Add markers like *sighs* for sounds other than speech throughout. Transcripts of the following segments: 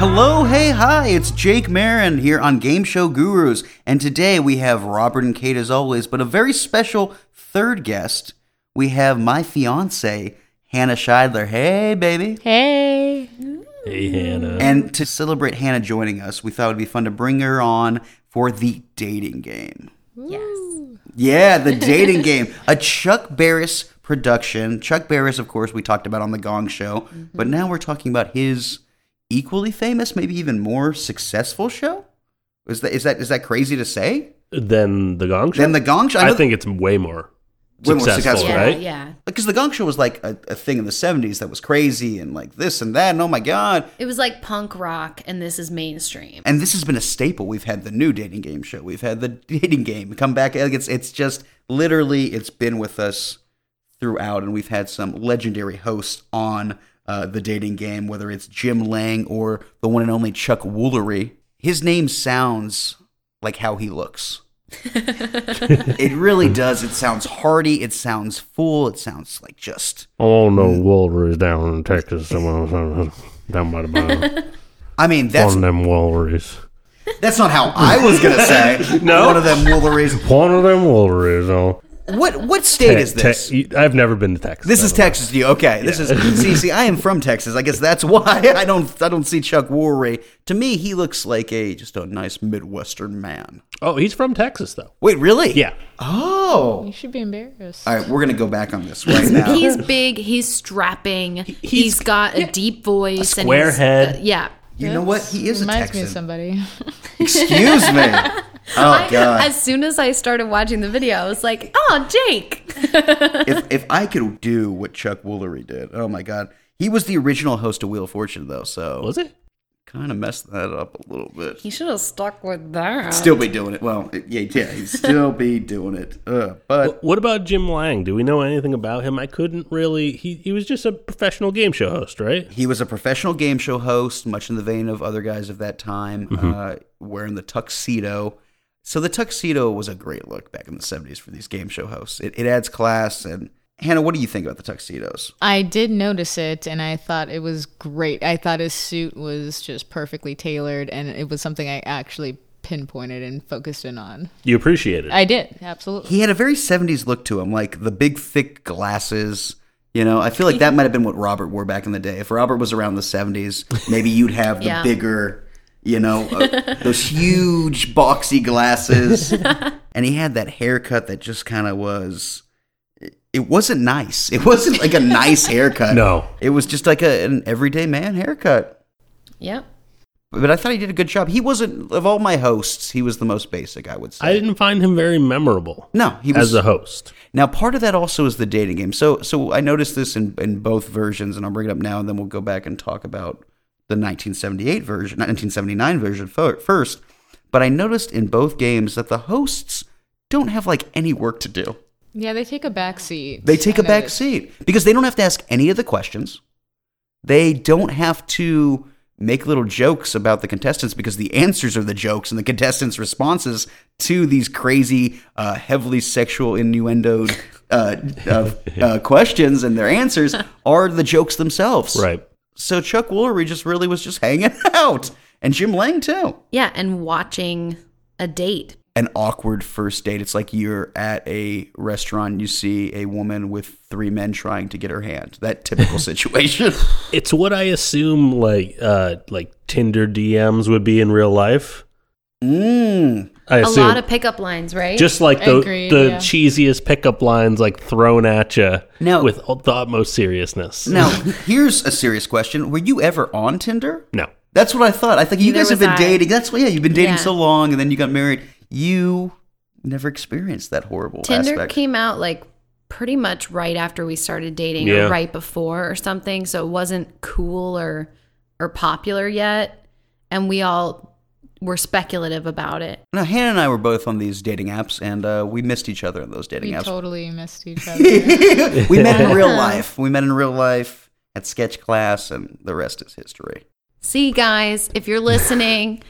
Hello, hey, hi, it's Jake Marin here on Game Show Gurus, and today we have Robert and Kate as always, but a very special third guest. We have my fiance, Hannah Scheidler. Hey, baby. Hey. Hey, Hannah. And to celebrate Hannah joining us, we thought it would be fun to bring her on for the dating game. Yeah, the dating game. A Chuck Barris production. Chuck Barris, of course, we talked about on The Gong Show, but now we're talking about his equally famous, maybe even more successful show. Is that is that is that crazy to say? Then the Gong Show. Then The Gong Show. I, think it's way more Way more successful, successful. Yeah, right? yeah. because The Gong Show was like a, a thing in the '70s that was crazy and like this and that and oh my god. It was like punk rock, and this is mainstream. And this has been a staple. We've had the new dating game show. We've had the *laughs* dating game come back. Like, It's it's just literally it's been with us throughout, and we've had some legendary hosts on uh, the dating game, whether it's Jim Lang or the one and only Chuck Woolery. His name sounds like how he looks. it really does. It sounds hearty. It sounds full. It sounds like just Oh no, Mm. Walrus down in Texas. *laughs* Down by *laughs* the bottom. I mean, that's One of them Walrus. that's not how I was gonna say. *laughs* No? one of them Wooleries. One of them Walrus. Oh. What what state is Te- this? te- I've never been to Texas. This I is don't know. Texas to you. Okay. This is see, see, I am *laughs* from Texas. I guess that's why I don't I don't see Chuck Woolery. To me, he looks like a just a nice Midwestern man. Oh, he's from Texas though. Wait, really? Yeah. Oh. You should be embarrassed. All right, we're gonna go back on this right now. He's big. He's strapping. he's- he's got a deep voice. and square he's- head. uh, yeah. you know what? He is a Reminds me Texan. of somebody. *laughs* Excuse me. Oh God! As soon as I started watching the video, I was like, "Oh, Jake." If if I could do what Chuck Woolery did, oh my God, he was the original host of Wheel of Fortune, though. So Was it? kind of messed that up a little bit. He should have stuck with that. Still be doing it. Well, yeah, yeah, he'd still be doing it. Uh, but What about Jim Lang? Do we know anything about him? I couldn't really. He he was just a professional game show host, right? He was a professional game show host, much in the vein of other guys of that time, uh, wearing the tuxedo. So the tuxedo was a great look back in the 70s for these game show hosts. It, it adds class. And Hannah, what do you think about the tuxedos? I did notice it and I thought it was great. I thought his suit was just perfectly tailored and it was something I actually pinpointed and focused in on. You appreciate it. I did, absolutely. He had a very 70s look to him, like the big, thick glasses. You know, I feel like that might have been what Robert wore back in the day. If Robert was around the 70s, maybe you'd have the *laughs* Yeah. bigger, you know, uh, those huge, boxy *laughs* glasses. and he had that haircut that just kind of was. It wasn't nice. It wasn't like a *laughs* nice haircut. No. It was just like a, an everyday man haircut. Yep. But I thought he did a good job. He wasn't, of all my hosts, he was the most basic, I would say. I didn't find him very memorable no, he was as a host. Now, part of that also is the dating game. So, so I noticed this in, in both versions, and I'll bring it up now, and then we'll go back and talk about the 1978 version, 1979 version fo- first. But I noticed in both games that the hosts don't have like any work to do. Yeah, they take a back seat. They take I a back noticed. seat because they don't have to ask any of the questions. They don't have to make little jokes about the contestants because the answers are the jokes and the contestants' responses to these crazy, uh, heavily sexual innuendoed uh, uh, uh, questions and their answers are the jokes themselves. Right. So Chuck Woolery just really was just hanging *laughs* out, and Jim Lang too Yeah, and watching a date. an awkward first date. It's like you're at a restaurant, you see a woman with three men trying to get her hand. That typical situation. It's what I assume like uh like Tinder DMs would be in real life. Mm. I A assume lot of pickup lines, right? just like the Agreed, the yeah. cheesiest pickup lines like thrown at you Now- with the utmost seriousness. Now, here's a serious question: Were you ever on Tinder? *laughs* No. That's what I thought. I think you Neither guys have was been I. dating. That's why, yeah, you've been dating Yeah. so long, and then you got married. You never experienced that horrible Tinder aspect. came out like pretty much right after we started dating Yeah. or right before or something, so it wasn't cool or or popular yet. And we all were speculative about it. Now, Hannah and I were both on these dating apps, and uh, we missed each other in those dating We apps. totally missed each other. *laughs* we met *laughs* in real Yeah. life. We met in real life at sketch class, and the rest is history. See, guys, if you're listening,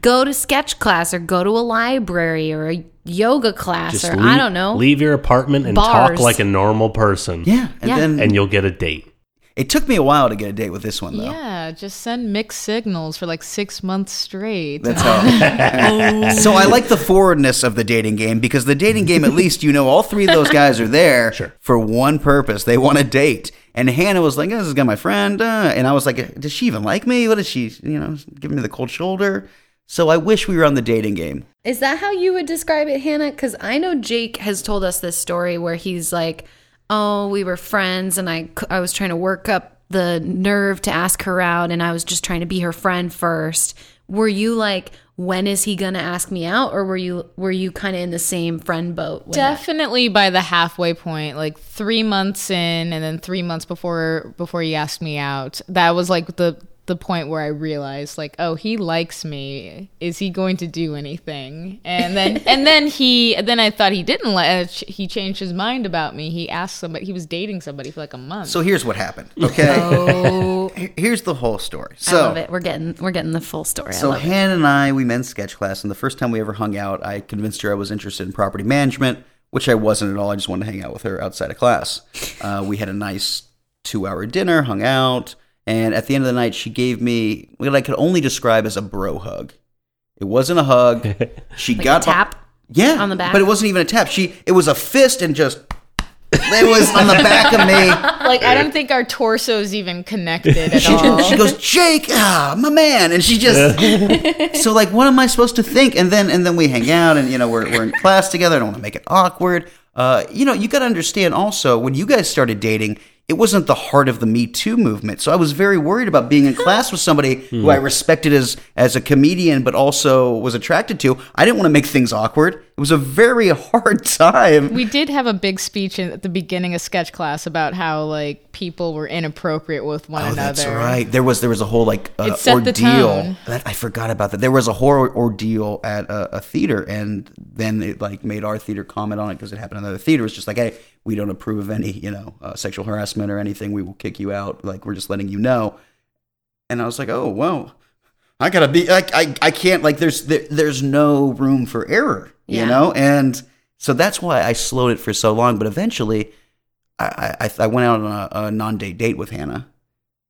go to sketch class or go to a library or a yoga class Just or leave, I don't know. Leave your apartment and talk Bars. like a normal person. Yeah, and Yeah. then And you'll get a date. it took me a while to get a date with this one, though. yeah, just send mixed signals for like six months straight. That's how. so I like the forwardness of the dating game because the dating game, at least you know all three of those guys are there for one purpose. They want a date. And Hannah was like, oh, "This is gonna be my friend," uh, and I was like, "Does she even like me? What is she? You know, giving me the cold shoulder." So I wish we were on the dating game. Is that how you would describe it, Hannah? Because I know Jake has told us this story where he's like, "Oh, we were friends, and I c- I was trying to work up the nerve to ask her out, and I was just trying to be her friend first. Were you like, when is he gonna ask me out, or were you were you kind of in the same friend boat? with it? Definitely by the halfway point, like three months in, and then three months before before he asked me out. That was like the the point where I realized, like, oh, he likes me. Is he going to do anything? *laughs* And then and then he then I thought he didn't like. He changed his mind about me. He asked somebody. He was dating somebody for like a month. So here's what happened. Okay, *laughs* Oh, Here- here's the whole story. I So love it. We're getting we're getting the full story. I So love it. Hannah and I, we met in sketch class, and the first time we ever hung out, I convinced her I was interested in property management, which I wasn't at all. I just wanted to hang out with her outside of *laughs* class. Uh, we had a nice two-hour dinner, hung out, and at the end of the night, she gave me what I could only describe as a bro hug. It wasn't a *laughs* hug. She Like a got beh- tap. yeah, on the back? but it wasn't even a tap. She it was a fist and just it was on the back of me. *laughs* like, I don't think our torsos even *laughs* connected at She, all. she goes, Jake, ah, my man, and she just so like, what am I supposed to think? And then and then we hang out, and you know we're we're in class together. I don't want to make it awkward. Uh, you know, you got to understand also when you guys started dating, it wasn't the heart of the Me Too movement. So I was very worried about being in class with somebody who I respected as as a comedian, but also was attracted to. I didn't want to make things awkward. It was a very *laughs* hard time. We did have a big speech in, at the beginning of sketch class about how like people were inappropriate with one Oh, another. that's right. There was there was a whole like uh, It set ordeal. the tone. That, I forgot about that. There was a horror ordeal at a, a theater, and then it like made our theater comment on it because it happened in another theater. It's just like, hey, we don't approve of any you know uh, sexual harassment or anything. We will kick you out. Like we're just letting you know. And I was like, oh well, I gotta be like I I can't like there's there, there's no room for error, you Yeah. know. And so that's why I slowed it for so long. But eventually, I I, I went out on a, a non date date with Hannah.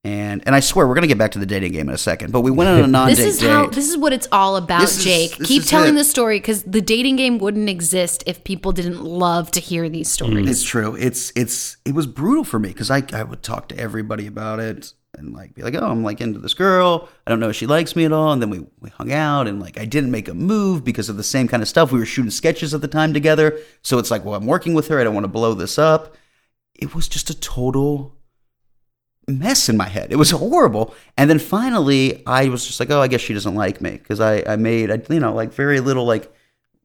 And, and I swear we're gonna get back to the dating game in a second, but we went on a non-date This is date. how this is what it's all about, This is- Jake. this Keep is telling it. the story because the dating game wouldn't exist if people didn't love to hear these stories. It's true. It's it's it was brutal for me because I I would talk to everybody about it and like be like, oh, I'm like into this girl. I don't know if she likes me at all. And then we we hung out and like I didn't make a move because of the same kind of stuff. We were shooting sketches at the time together, so it's like, well, I'm working with her. I don't want to blow this up. It was just a total mess in my head. It was horrible. And then finally, I was just like, oh, I guess she doesn't like me because I I made I you know like very little like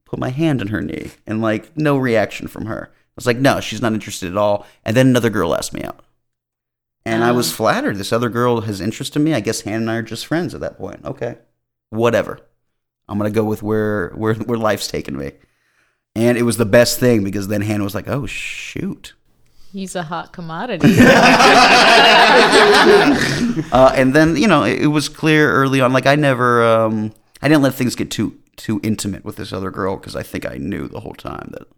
put my hand on her knee and like no reaction from her. I was like, no, she's not interested at all. And then another girl asked me out. And I was flattered. This other girl has interest in me. I guess Hannah and I are just friends at that point. Okay. Whatever. I'm gonna go with where where where life's taken me. And it was the best thing because then Hannah was like, Oh shoot. He's a hot commodity. *laughs* Uh, and then, you know, it, it was clear early on, like I never um I didn't let things get too too intimate with this other girl because I think I knew the whole time that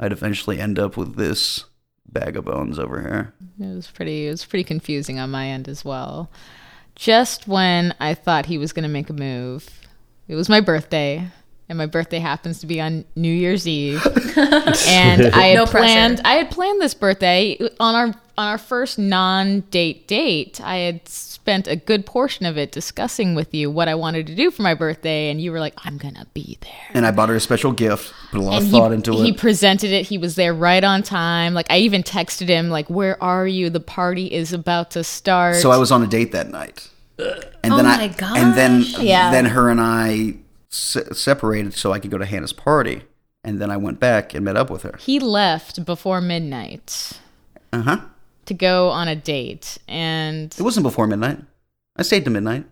I'd eventually end up with this bag of bones over here. It was pretty. It was pretty confusing on my end as well. Just when I thought he was going to make a move, it was my birthday, and my birthday happens to be on New *laughs* Year's Eve, and I had No pressure. planned. I had planned this birthday on our on our first non-date date. I had spent a good portion of it discussing with you what I wanted to do for my birthday, and you were like, "I'm gonna be there." And I bought her a special gift, put a lot of he- thought into He it. presented it. He was there right on time. Like I even texted him, like, "Where are you? The party is about to start." So I was on a date that night. And Oh then I my gosh. and then Yeah. then her and I se- separated so I could go to Hannah's party. And then I went back and met up with her. he left before midnight Uh huh. to go on a date, and It wasn't before midnight. I stayed to midnight.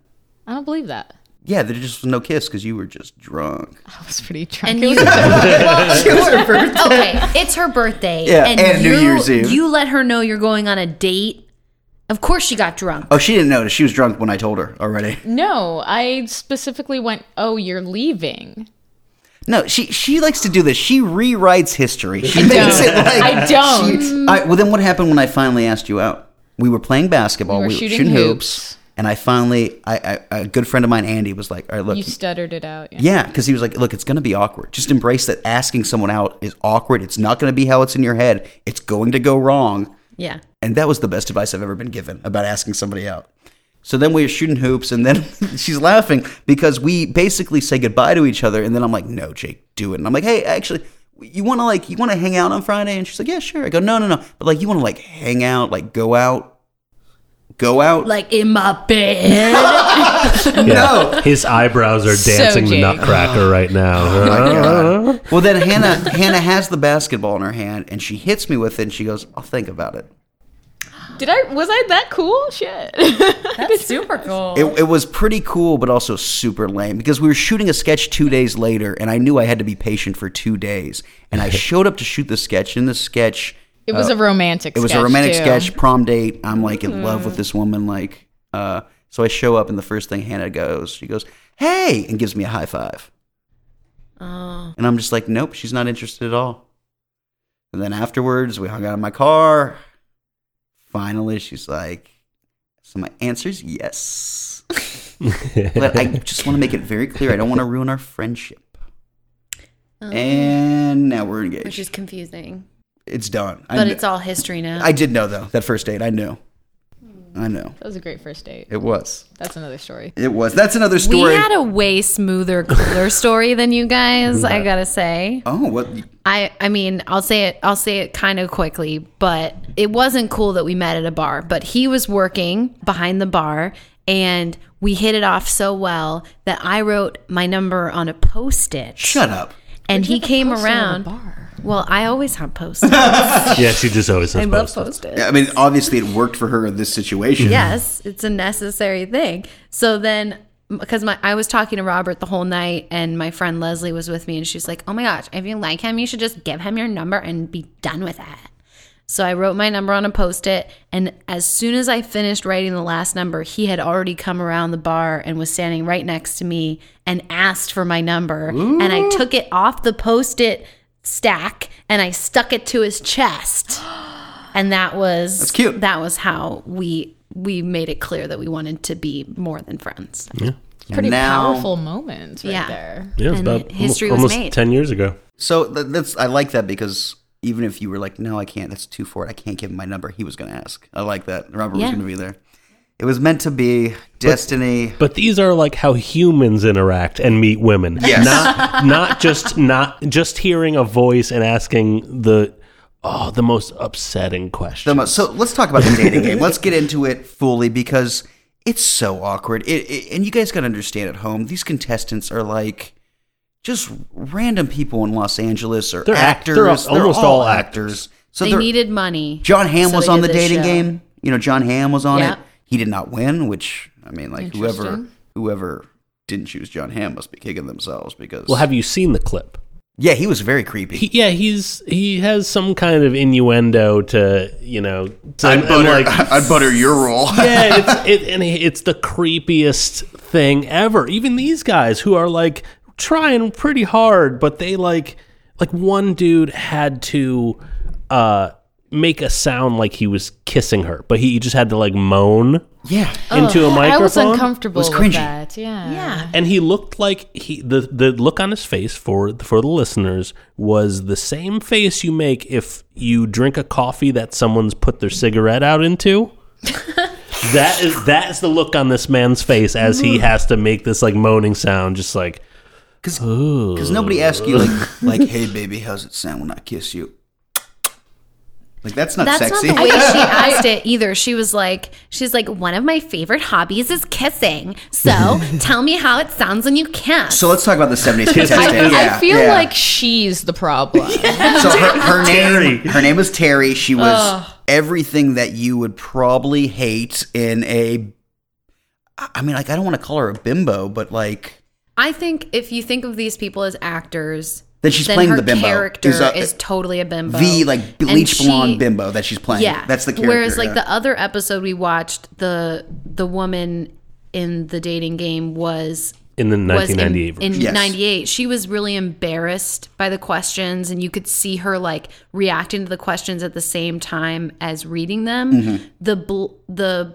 I don't believe that. *laughs* Yeah, there just was no kiss because you were just drunk. I was pretty drunk. And *laughs* you, *laughs* It was her birthday. okay, it's her birthday, Yeah, and New you- Year's Eve. You let her know you're going on a date. Of course, she got drunk. Oh, she didn't notice. She was drunk when I told her already. *laughs* No, I specifically went, "Oh, you're leaving." No, she she likes to do this. She rewrites history. *laughs* She makes don't. it like I don't. She, I, well, then what happened when I finally asked you out? We were playing basketball. We were shooting hoops. and I finally, I, I, a good friend of mine, Andy, was like, "All right, look, You stuttered it out. Yeah. yeah," because he was like, "Look, it's going to be awkward. Just embrace that asking someone out is awkward. It's not going to be how it's in your head. It's going to go wrong." Yeah. And that was the best advice I've ever been given about asking somebody out. So then we were shooting hoops, and then *laughs* she's laughing because we basically say goodbye to each other. And then I'm like, no, Jake, do it. And I'm like, hey, actually, you want to like, you want to hang out on Friday? And she's like, yeah, sure. I go, no, no, no. But like, you want to like hang out, like go out, go out? Like in my bed. *laughs* no. Oh. His eyebrows are So dancing the Jake. nutcracker right now. Well, then Hannah, Hannah has the basketball in her hand, and she hits me with it, and she goes, I'll think about it. Did I? Was I that cool? *laughs* Shit. *laughs* That's super cool. It, it was pretty cool, but also super lame because we were shooting a sketch two days later, and I knew I had to be patient for two days. And I showed up to shoot the sketch, and the sketch it was a romantic. Uh, it was a romantic sketch, prom date. I'm like in love with this woman, like. Uh, so I show up, and the first thing Hannah goes, she goes, "Hey," and gives me a high five. Oh. And I'm just like, nope, she's not interested at all. And then afterwards, we hung out in my car. Finally, she's like, so my answer's yes. *laughs* but I just want to make it very clear I don't want to ruin our *laughs* friendship. And now we're engaged. Oh. Which is confusing. it's done. I, But kn- it's all history now. I did know, though, that first date. I knew. I know. That was a great first date. It was. That's another story. It was. That's another we story. had a way smoother, cooler story than you guys, I gotta say. oh, what? I I mean, I'll say it I'll say it kind of quickly, but it wasn't cool that we met at a bar, but he was working behind the bar and we hit it off so well that I wrote my number on a post-it Shut up. and he came around. Well, I always have post-it. I yeah, she just always has love posted. post-it. I mean, obviously, it worked for her in this situation. yes, it's a necessary thing. So then because my I was talking to Robert the whole night and my friend Leslie was with me and she's like, "Oh my gosh, if you like him, you should just give him your number and be done with it." So I wrote my number on a post-it and as soon as I finished writing the last number, he had already come around the bar and was standing right next to me and asked for my number and I took it off the post-it stack and I stuck it to *gasps* his chest. And that was That's cute. That was how we we made it clear that we wanted to be more than friends. Pretty now- powerful moment right Yeah. there. Yeah, it was And about history was almost made. ten years ago. So th- that's I like that because even if you were like, no, I can't. That's too forward. I can't give him my number. He was going to ask. I like that. Robert Yeah. was going to be there. It was meant to be destiny. But these are like how humans interact and meet women. Yes. Not not just not just hearing a voice and asking the oh the most upsetting question. The most, so let's talk about the dating game. Let's *laughs* get into it fully because it's so awkward. It, it, and you guys got to understand at home, these contestants are like just random people in Los Angeles or They're act- actors. they're al- almost all actors. So they they're- needed money. John Hamm so was they on the did this dating show. game. You know, John Hamm was on Yeah. it. He did not win, which I mean, like whoever Interesting. whoever didn't choose John Hamm must be kicking themselves because. well, have you seen the clip? yeah, he was very creepy. He, yeah, he's he has some kind of innuendo to you know. to- and, *laughs* *laughs* like, I'd butter your roll. yeah, it's, it, and it's the creepiest thing ever. Even these guys who are like trying pretty hard, but they like like one dude had to uh make a sound like he was kissing her, but he just had to like moan yeah. into a microphone. I was uncomfortable was cringy. with that. Yeah. Yeah. And he looked like he the the look on his face for for the listeners was the same face you make if you drink a coffee that someone's put their cigarette out *laughs* into. that is that is the look on this man's face as he has to make this like moaning sound, just like Because nobody asked you like, like, hey baby, how's it sound when I kiss you? Like that's not That's sexy. *laughs* not the way she asked it either. She was like, she's like, one of my favorite hobbies is kissing. *laughs* So tell me how it sounds when you kiss. so let's talk about the '70s I, contestant. yeah, I feel yeah. like she's *laughs* the problem. so her, her name Terry. her name was Terry. She was everything that you would probably hate in a I I mean, like, I don't want to call her a bimbo, but like, I think if you think of these people as actors, Then she's playing her the bimbo, character who's a- is totally a bimbo. the like And bleach she- blonde bimbo that she's playing. Yeah, that's the character. Whereas like yeah. the other episode we watched, the the woman in the dating game was in the was in- 1998 version. in, Yes. 98 she was really embarrassed by the questions and you could see her like reacting to the questions at the same time as reading them Mm-hmm. the bl- the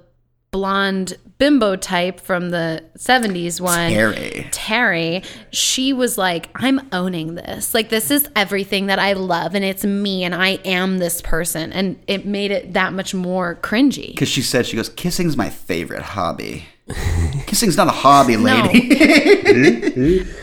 blonde bimbo type from the 70s one Terry. Terry, she was like, I'm owning this. Like, this is everything that I love, and it's me, and I am this person. And it made it that much more cringy. Because she said, she goes, kissing's my favorite *laughs* hobby. kissing's not a hobby, No. lady.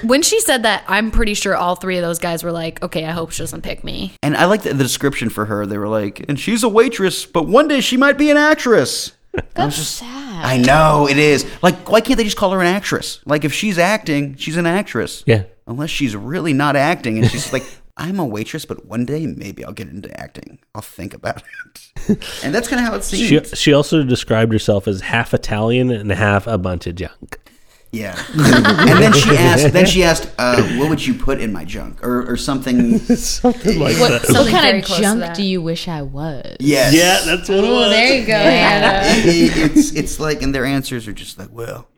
when she said that, I'm pretty sure all three of those guys were like, okay, I hope she doesn't pick me. And I like the, the description for her. They were like, and she's a waitress, but one day she might be an actress. That's sad. I know it is. Like, why can't they just call her an actress? Like, if she's acting, she's an actress. yeah. Unless she's really not acting, and she's like, *laughs* I'm a waitress, but one day maybe I'll get into acting. I'll think about *laughs* it. and that's kind of how it seems. She, she also described herself as half Italian and half a bunch of junk. *laughs* Yeah. and then she asked. Then she asked, uh, "What would you put in my junk?" or or *laughs* something. Something like What- that. so- What Something kind very of close to junk that. do you wish I was? Yes. Yeah, that's what it was. you go, Hannah. It- *laughs* it's it's like, and their answers are just like, well,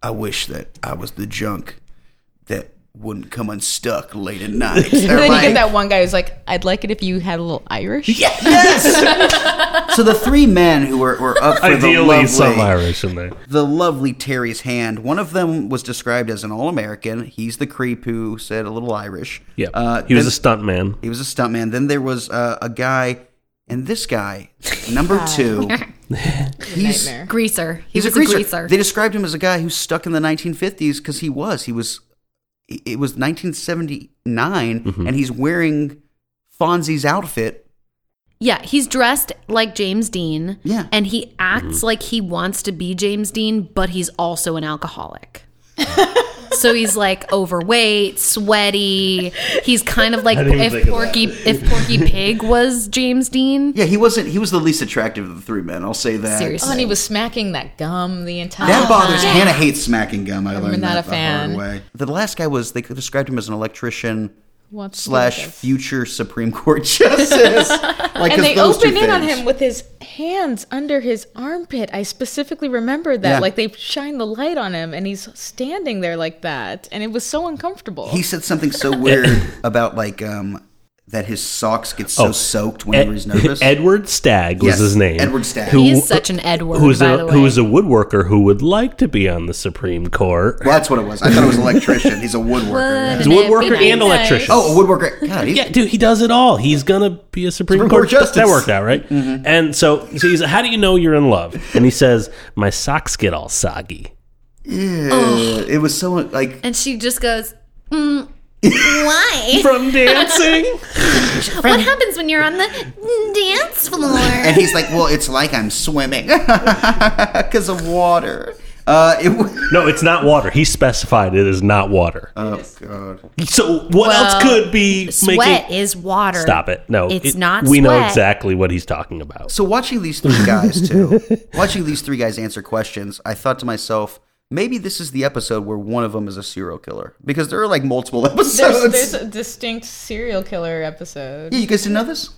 I wish that I was the junk that wouldn't come unstuck late at *laughs* night. And They're then you like, get that one guy who's like, I'd like it if you had a little Irish. Yeah. yes. so the three men who were, were up for the Ideally, lovely, some Irish in there. the lovely Terry's hand. One of them was described as an all-American. He's the creep who said a little Irish. Yeah, Uh, he was then- a stunt man. He was a stuntman. Then there was uh, a guy, and this guy, number *laughs* two, he's Nightmare. Greaser. He he's was a greaser. They described him as a guy who's stuck in the 1950s because he was. He was. It was 1979, and he's wearing Fonzie's outfit. yeah, he's dressed like James Dean. Yeah. And he acts Mm-hmm. like he wants to be James Dean, but he's also *laughs* an alcoholic. so he's like overweight, sweaty. He's kind of like didn't even think if of Porky if Porky Pig was James Dean. Yeah, he wasn't. He was the least attractive of the three men. I'll say that. Seriously. Oh, and he was smacking that gum the entire That bothers time. Hannah. Hates smacking gum. I learned Oh, not that a the hard fan. way. The last guy was they described him as an electrician What's slash with this? future Supreme Court *laughs* *laughs* justice. like, 'cause And they those two opened in on things. him with his hands under his armpit. I specifically remembered that. Yeah. Like they shine the light on him and he's standing there like that. And it was so uncomfortable. He said something so weird about like um that his socks get so soaked E- whenever he's *laughs* nervous. Edward Stagg was Yes, his name. Edward Stagg. He is such an Edward, Who's by a the way. who is a woodworker who would like to be on the Supreme Court. well, that's what it was. I thought it was an electrician. He's a woodworker. Wood. He's Yeah. And a it'd woodworker be and nice. electrician. Oh, a woodworker. God, he's, Yeah, dude, he does it all. He's gonna be a Supreme, Supreme Court, Court justice. justice. That Mm-hmm. worked out, right? And so, so he's, how do you know you're in love? And he says, my socks get all soggy. Ew. it was so like and she just goes, *laughs* mm, why? From dancing? what happens when you're on the dance floor? and he's like, well, it's like I'm swimming *laughs* because of water. Uh, it. w- no, it's not water. He specified it is not water. Oh God. so what else could be Sweat making... is water. Stop it. No. It's it- not We know sweat. exactly what he's talking about. So watching these three guys *laughs* too, watching these three guys answer questions, I thought to myself, maybe this is the episode where one of them is a serial killer because there are like multiple episodes. there's, there's a distinct serial killer episode. yeah, you guys didn't know this?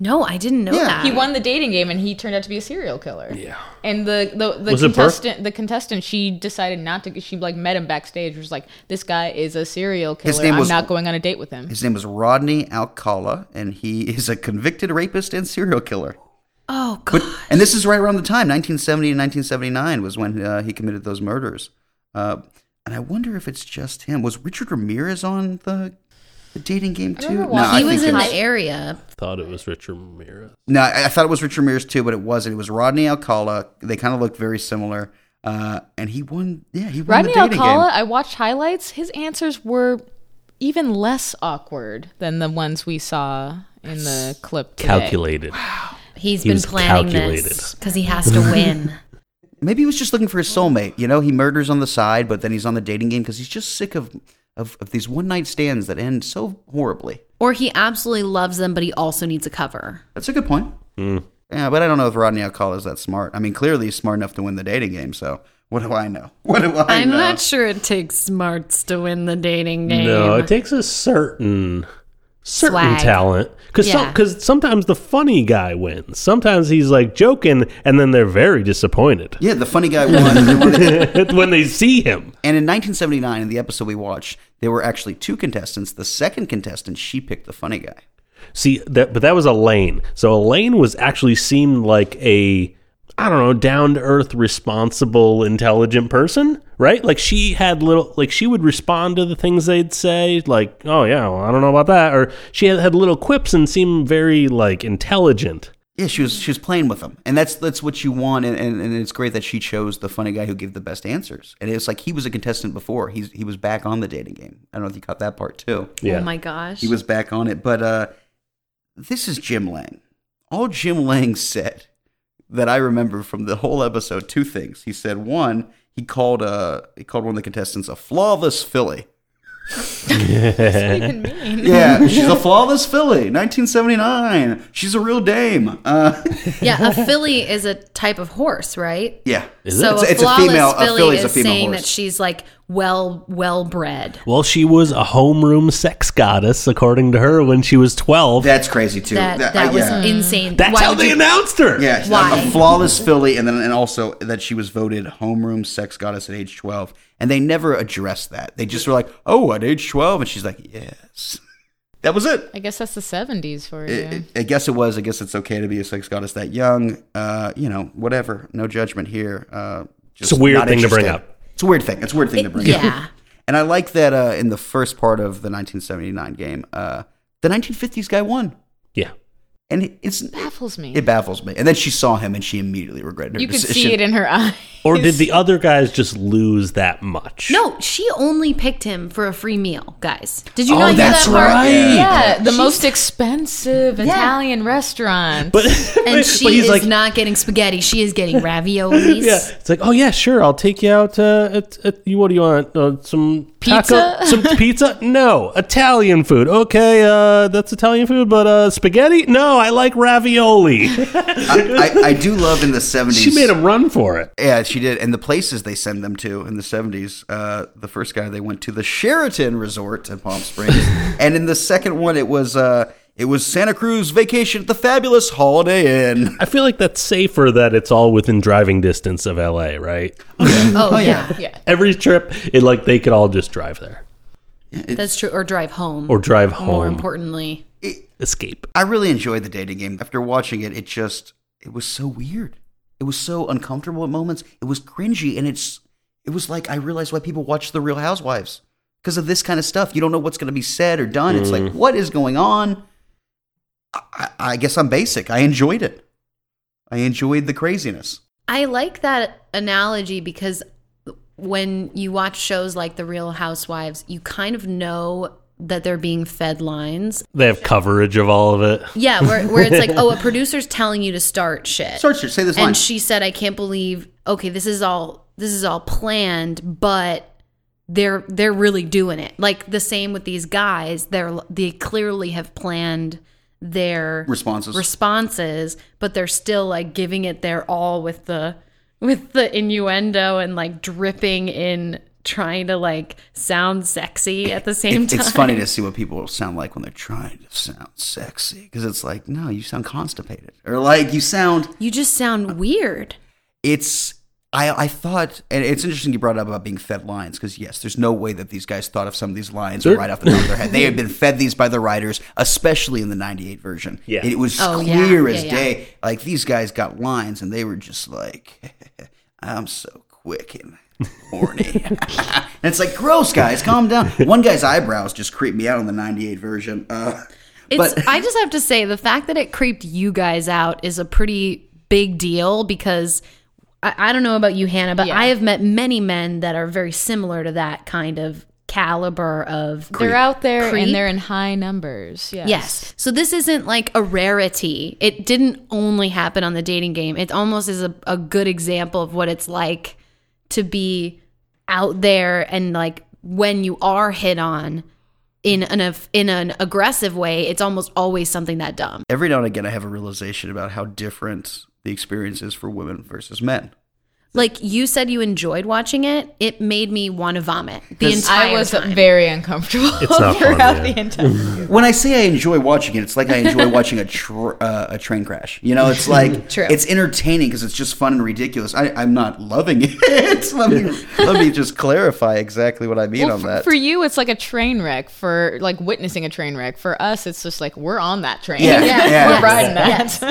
No, I didn't know Yeah. that. He won the dating game and he turned out to be a serial killer. Yeah. And the the, the Was it Burke? contestant the contestant she decided not to she like met him backstage was like this guy is a serial killer. His name I'm was- not going on a date with him. His name is Rodney Alcala, and he is a convicted rapist and serial killer. Oh God. *gasps* But and this is right around the time 1970 and 1979 was when uh, he committed those murders. Uh, and I wonder if it's just him. Was Richard Ramirez on the the dating game too? remember No, watching- I he was think in it the area. thought it was Richard Ramirez. No, I I thought it was Richard Ramirez too, but it wasn't. It was Rodney Alcala. They kind of looked very similar. Uh, and he won. Yeah, he won Rodney the dating Alcala, game. I watched highlights. His answers were even less awkward than the ones we saw in the clip. Today. Calculated. He's He been was planning this calculated. because he *laughs* has to win. Maybe he was just looking for his soulmate. You know, he murders on the side, but then he's on the dating game because he's just sick of, of of these one night stands that end so horribly. or he absolutely loves them, but he also needs a cover. That's a good Mm. point. Yeah, but I don't know if Rodney Alcala is that smart. I mean, clearly he's smart enough to win the dating game. So What do I know? *laughs* What do I I'm know? not sure it takes smarts to win the dating game. No, it takes a certain certain Swag. talent because Yeah. because sometimes the funny guy wins. Sometimes he's like joking, and then they're very disappointed *laughs* yeah, the funny guy won. *laughs* when they see him. And in 1979, in the episode we watched, there were actually two contestants. The second contestant, she picked the funny guy. See that, but that was Elaine. So Elaine was actually seemed like a I don't know down to earth, responsible, intelligent person, right? Like she had little, like she would respond to the things they'd say, like "Oh yeah, well, I don't know about that," or she had, had little quips and seemed very like intelligent. Yeah, she was she was playing with him, and that's that's what you want. And, and, and it's great that she chose the funny guy who gave the best answers. And it's like he was a contestant before. He's he was back on the dating game. I don't know if you caught that part too. Yeah. Oh my gosh. He was back on it, but uh, this is Jim Lang. All Jim Lang said that I remember from the whole episode two things. He said one, he called uh he called one of the contestants a flawless filly. *laughs* even mean? Yeah, she's a flawless filly, 1979. She's a real dame. Uh, *laughs* yeah, *laughs* a filly is a type of horse, right? yeah, so It's- a it's a flawless female- a filly filly is is a female saying horse. that she's like well, well bred. Well, she was a homeroom sex goddess, according to her, when she was 12. that's crazy too. That that, uh, was yeah. insane. That's how would they you- announced her. Yeah, Why? a flawless filly, and then and also that she was voted homeroom sex goddess at age twelve, and they never addressed that. They just were like, "Oh, at age 12? and she's like, "Yes." That was it. I guess that's the 70s for I- you. I, I guess it was. I guess it's okay to be a sex goddess that young. Uh, you know, whatever. No judgment here. Uh, just It's a weird not thing to bring interested. up. It's a weird thing. It's a weird thing to bring up. yeah. *laughs* And I like that uh, in the first part of the 1979 game, uh, the 1950s guy won, Yeah. and it- it's baffles me. it baffles me. And then she saw him, and she immediately regretted her you could decision. see it in her eye. Or did the other guys just lose that much? No, she only picked him for a free meal, guys. Did you Oh, not hear that's that part? right. Yeah, the most expensive Italian *laughs* restaurant. But, And but she he's is like, not getting spaghetti. She is getting raviolis. *laughs* yeah. It's like, oh, yeah, sure. I'll take you out. Uh, at, at, you, what do you want? Uh, some taco- Pizza? *laughs* some pizza? No. Italian food. Okay. Uh, that's Italian food, but uh, spaghetti? No, I like ravioli. *laughs* I, I do love in the 70s. she made him run for it. Yeah, she did. And the places they send them to in the 70s, uh, the first guy they went to the Sheraton Resort in Palm Springs. *laughs* and in the second one, it was. Uh, it was Santa Cruz vacation at the fabulous Holiday *laughs* Inn. I feel like that's safer that it's all within driving distance of LA, right? Oh, yeah. yeah. Every trip, it like they could all just drive there That's true. Or drive home. or drive More home, importantly. escape. I really enjoyed the dating game. After watching it, it just it was so weird. It was so uncomfortable at moments. It was cringy, and it's it was like I realized why people watch The Real Housewives because of this kind of stuff. You don't know what's going to be said or done. It's like what is going on. I, I I guess I'm basic. I enjoyed it. I enjoyed the craziness. I like that analogy because when you watch shows like The Real Housewives, you kind of know that they're being fed lines. They have coverage of all of it. Yeah, where, where it's *laughs* like, oh, a producer's telling you to start shit. Start to say this line. and she said i can't believe okay this is all this is all planned but they're they're really doing it like the same with these guys they're they clearly have planned their Responses. responses but they're still like giving it their all with the with the innuendo and like dripping in trying to like sound sexy at the same It- time it's funny to see what people sound like when they're trying to sound sexy because it's like no, you sound constipated or like you sound you just sound weird it's I, I thought, and it's interesting you brought up about being fed lines because yes, there's no way that these guys thought of some of these lines Sure. right off the top of their head. They *laughs* had been fed these by the writers, especially in the '98 version. Yeah. it was Oh, yeah. clear as Yeah, yeah. day. Like these guys got lines, and they were just like, *laughs* "I'm so quick and horny." *laughs* and it's like, gross, guys, calm down. One guy's eyebrows just creeped me out on the '98 version. Uh, It's, but I just have to say the fact that it creeped you guys out is a pretty big deal because I, I don't know about you, Hannah, but Yeah. I have met many men that are very similar to that kind of caliber of They're out there Creep. and they're in high numbers. Yes. Yes. So this isn't like a rarity. It didn't only happen on the dating game. It almost is a, a good example of what it's like to be out there and like when you are hit on in an in an aggressive way, it's almost always something that dumb. every now and again, I have a realization about how different the experience is for women versus men. Like you said, you enjoyed watching it. It made me want to vomit the entire I was time. very uncomfortable It's not fun, throughout yeah. the entire. When I say I enjoy watching it, it's like I *laughs* enjoy watching a tr- uh, a train crash. You know, it's like True. it's entertaining because it's just fun and ridiculous. I, I'm not loving *laughs* it. let *laughs* me let me just clarify exactly what I mean Well, on for, that. for you, it's like a train wreck. For like witnessing a train wreck. For us, it's just like we're on that train. *laughs* Yeah. Yeah. Yeah. we're Yes. riding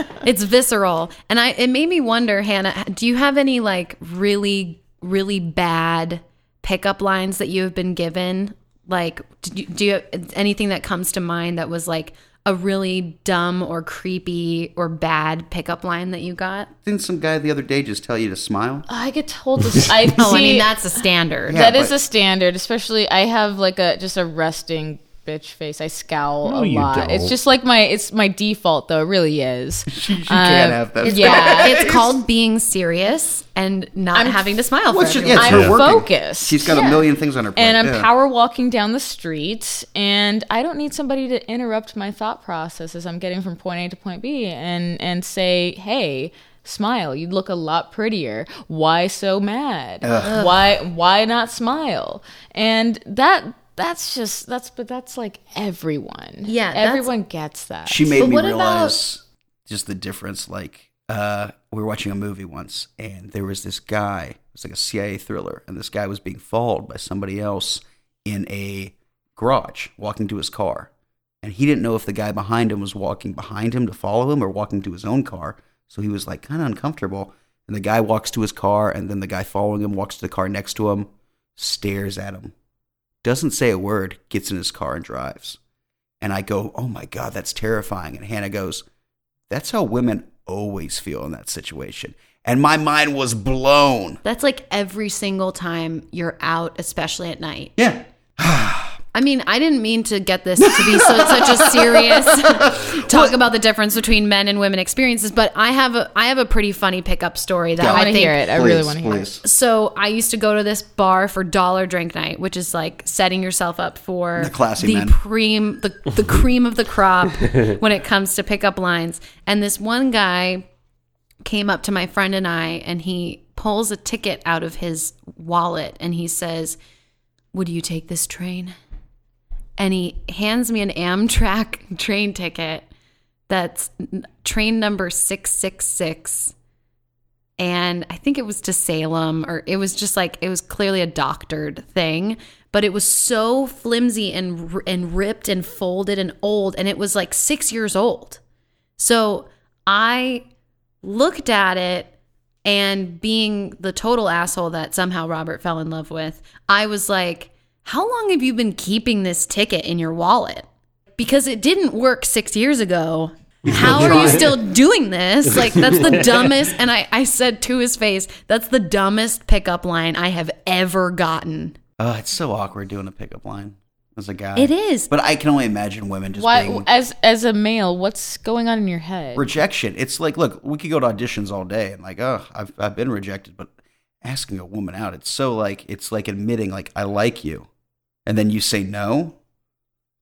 that. *laughs* it's visceral, and I it made me wonder, Hannah. Do you have any like really really bad pickup lines that you have been given? Like, do you, do you have anything that comes to mind that was like a really dumb or creepy or bad pickup line that you got? Didn't some guy the other day just tell you to smile? I get told *laughs* this. I see. Oh, I mean that's a standard. Yeah, that is but- a standard, especially I have like a just a resting bitch face. I scowl No, a you lot. don't. It's just like my it's my default though. It really is. *laughs* You can't have that. yeah. It's called being serious and not having to smile. What's for your- everyone. yeah, it's I'm her working. focused. She's got a Yeah. million things on her plate. and I'm yeah. power walking down the street, and I don't need somebody to interrupt my thought process as I'm getting from point A to point B, and and say, "Hey, smile. You look a lot prettier. Why so mad? Why why not smile?" And that that's just that's but that's like everyone. Yeah, that's- everyone gets that. She made But me what about- realize just the difference. Like, uh, we were watching a movie once, and there was this guy. It was like a CIA thriller, and this guy was being followed by somebody else in a garage, walking to his car, and he didn't know if the guy behind him was walking behind him to follow him or walking to his own car. So he was like kind of uncomfortable. And the guy walks to his car, and then the guy following him walks to the car next to him, stares at him, doesn't say a word, gets in his car and drives. And I go, oh my God, that's terrifying. And Hannah goes, that's how women always feel in that situation. And my mind was blown. That's like every single time you're out, especially at night. Yeah. I mean, I didn't mean to get this to be so, such a serious talk about the difference between men and women experiences, but I have a I have a pretty funny pickup story that Yeah. I I want to think hear it. I really want to hear it. please. so I used to go to this bar for dollar drink night, which is like setting yourself up for The classy the men. cream, the, *laughs* the cream of the crop when it comes to pickup lines. And this one guy came up to my friend and I, and he pulls a ticket out of his wallet and he says, "Would you take this train?" And he hands me an Amtrak *laughs* train ticket that's n- train number six six six and I think it was to Salem, or it was just like it was clearly a doctored thing, but it was so flimsy and r- and ripped and folded and old, and it was like six years old. So I looked at it, and being the total asshole that somehow Robert fell in love with, I was like, "How long have you been keeping this ticket in your wallet?" Because it didn't work six years ago. How are you still doing *laughs* this? Like, that's the dumbest. And I, I said to his face, that's the dumbest pickup line I have ever gotten. Oh, it's so awkward doing a pickup line as a guy. It is. But I can only imagine women just Why, being as as a male, what's going on in your head? rejection. It's like, look, we could go to auditions all day and like, oh, I've, I've been rejected, but asking a woman out, it's so like, it's like admitting like, I like you. And then you say no.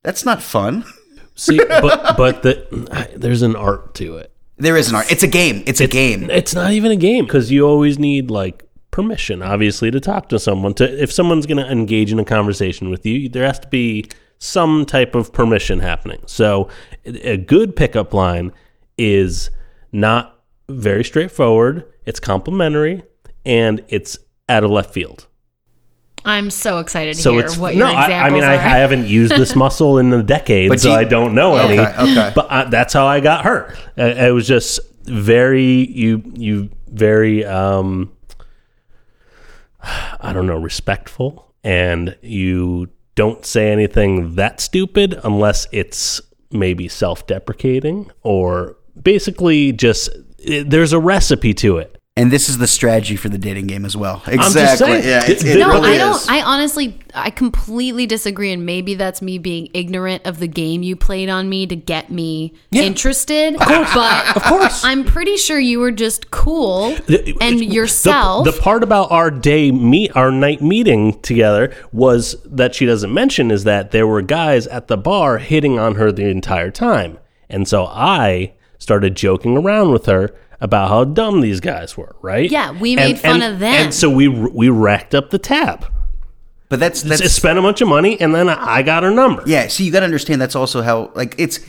That's not fun. See, but but the there's an art to it. There is an art. It's a game. It's a game. It's not even a game because you always need like permission, obviously, to talk to someone. To if someone's going to engage in a conversation with you, there has to be some type of permission happening. So a a good pickup line is not very straightforward. It's complimentary and it's out of left field. I'm so excited to So hear it's what no. your examples I, I mean, I, I are. haven't used *laughs* this muscle in a decade, But so you- I don't know Okay, any. okay. But I, that's how I got hurt. Uh, it was just very you you very um I don't know respectful, and you don't say anything that stupid unless it's maybe self-deprecating or basically just it, there's a recipe to it. And this is the strategy for the dating game as well. just Exactly. saying. yeah, it, It- it No, no, really I don't. is. I honestly, I completely disagree, and maybe that's me being ignorant of the game you played on me to get me interested. Of course, but of course. I'm pretty sure you were just cool and The- yourself. The, part about our day meet, our night meeting together, was that she doesn't mention is that there were guys at the bar hitting on her the entire time, and so I started joking around with her about how dumb these guys were, right? Yeah, we made fun of them. and so we we racked up the tab, But that's that's S- spent a bunch of money, and then I got her number. Yeah, so you got to understand that's also how like it's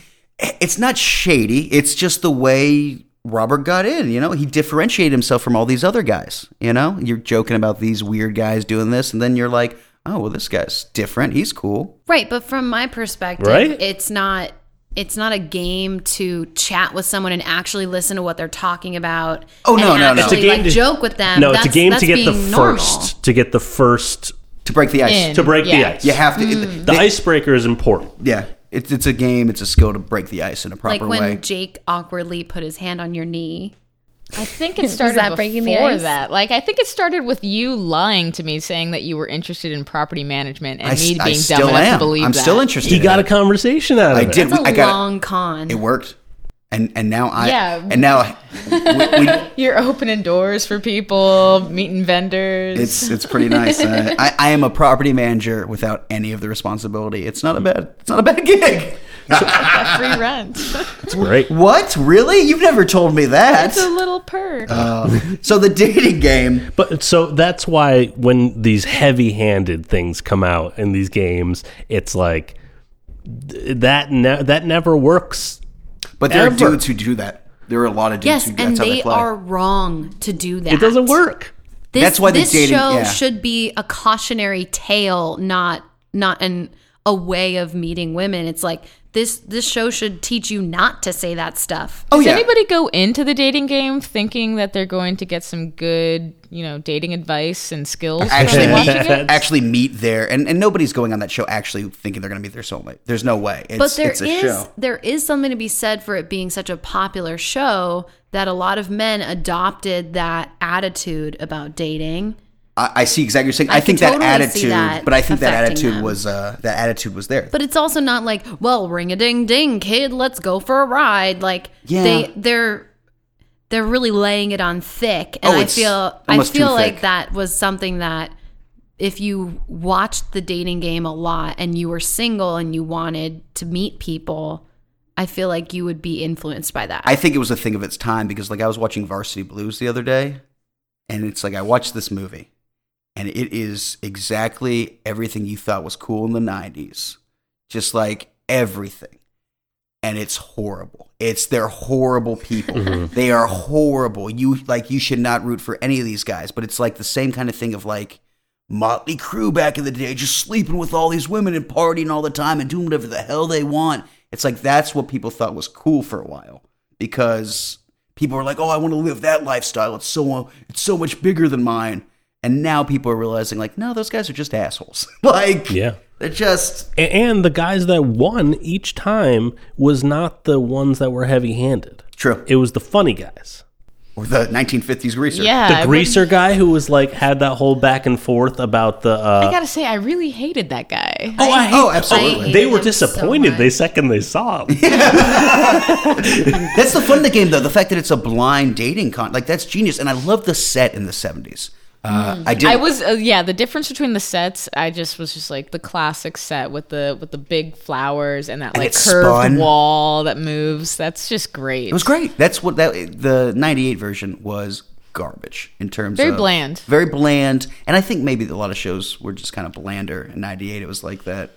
it's not shady. It's just the way Robert got in. You know, he differentiated himself from all these other guys. You know, you're joking about these weird guys doing this, and then you're like, oh well, this guy's different. He's cool. Right, but from my perspective, Right? it's not it's not a game to chat with someone and actually listen to what they're talking about. Oh, no, and no, no. actually, It's a game like, to- joke with them. No, that's, it's a game that's to get the being normal. first to get the first To break the ice, In. to break the Yeah. Mm. ice. you have to. the icebreaker is important. yeah, it's it's a game. It's a skill to break the ice in a Like proper when way. Jake awkwardly put his hand on your knee. I *laughs* think it started that breaking the before ice? that. Like I think it started with you lying to me, saying that you were interested in property management, and I, s- me I being dumb still enough am. to believe I'm that. still interested. He in got a it. conversation out of I it. did. It's a I got. long con. It worked, and and now I. Yeah. And now we, we, You're opening doors for people, meeting vendors. *laughs* It's it's pretty nice. Uh, I, I am a property manager without any of the responsibility. It's not a bad it's not a bad *laughs* gig. a *laughs* free rent. It's great. What really? You've never told me that. it's a little perk. Uh, so the dating game. But so that's why when these heavy-handed things come out in these games, it's like th- that ne- that never works. But there Ever. are dudes who do that. There are a lot of dudes yes, who that's and how they, they play. are wrong to do that. It doesn't work. This, That's why the this dating- show yeah. should be a cautionary tale, not not an a way of meeting women. It's like this this show should teach you not to say that stuff. oh Does yeah. anybody go into the dating game thinking that they're going to get some good, you know, dating advice and skills Actually from meet, *laughs* watching it? actually meet there, and, and nobody's going on that show actually thinking they're going to meet their soulmate. There's no way. It's, But there it's is a show. there is something to be said for it being such a popular show that a lot of men adopted that attitude about dating. I, I see exactly what you're saying. I, can think that totally attitude, see that but I think that affecting attitude them. was uh, that attitude was there. But it's also not like, well, ring a ding ding, kid, let's go for a ride. Like Yeah. they they're they're really laying it on thick, and Oh, I it's feel I almost too feel like thick. that was something that if you watched the dating game a lot and you were single and you wanted to meet people, I feel like you would be influenced by that. I think it was a thing of its time because like I was watching Varsity Blues the other day, and it's like I watched this movie, and it is exactly everything you thought was cool in the '90s, just like everything, and it's horrible. It's they're horrible people. Mm-hmm. they are horrible. You like you should not root for any of these guys, but it's like the same kind of thing of like. Motley Crue back in the day, just sleeping with all these women and partying all the time and doing whatever the hell they want. It's like that's what people thought was cool for a while because people were like, "Oh, I want to live that lifestyle. It's so it's so much bigger than mine." And now people are realizing, like, no, those guys are just assholes. *laughs* like, Yeah. they're just A- And the guys that won each time was not the ones that were heavy-handed. true. It was the funny guys. or the 1950s greaser. yeah, I the wouldn't- greaser guy who was like had that whole back and forth about the uh, I gotta say, I really hated that guy. Oh, I hate, Oh, absolutely. they were I hate him so disappointed much. the second they saw him. That's the fun of the game, though. The fact that it's a blind dating con, like that's genius. And I love the set in the 70s. Uh, I did. I was uh, yeah. The difference between the sets, I just was just like the classic set with the with the big flowers and that like it curved spun. wall that moves. That's just great. It was great. That's what that the '98 version was garbage in terms Very of bland. very bland. And I think maybe a lot of shows were just kind of blander. In '98, it was like that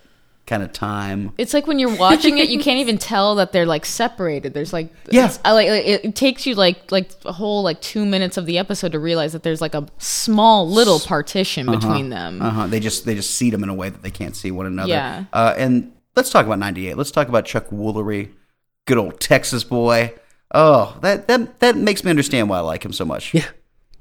kind of time. It's like when you're *laughs* watching it, you can't even tell that they're like separated. There's like Yeah. it's- I like it it takes you like like a whole like two minutes of the episode to realize that there's like a small little partition between them. Uh huh. They just they just seed them in a way that they can't see one another. Yeah. Uh, and let's talk about '98. Let's talk about Chuck Woolery, good old Texas boy. Oh, that that that makes me understand why I like him so much. Yeah.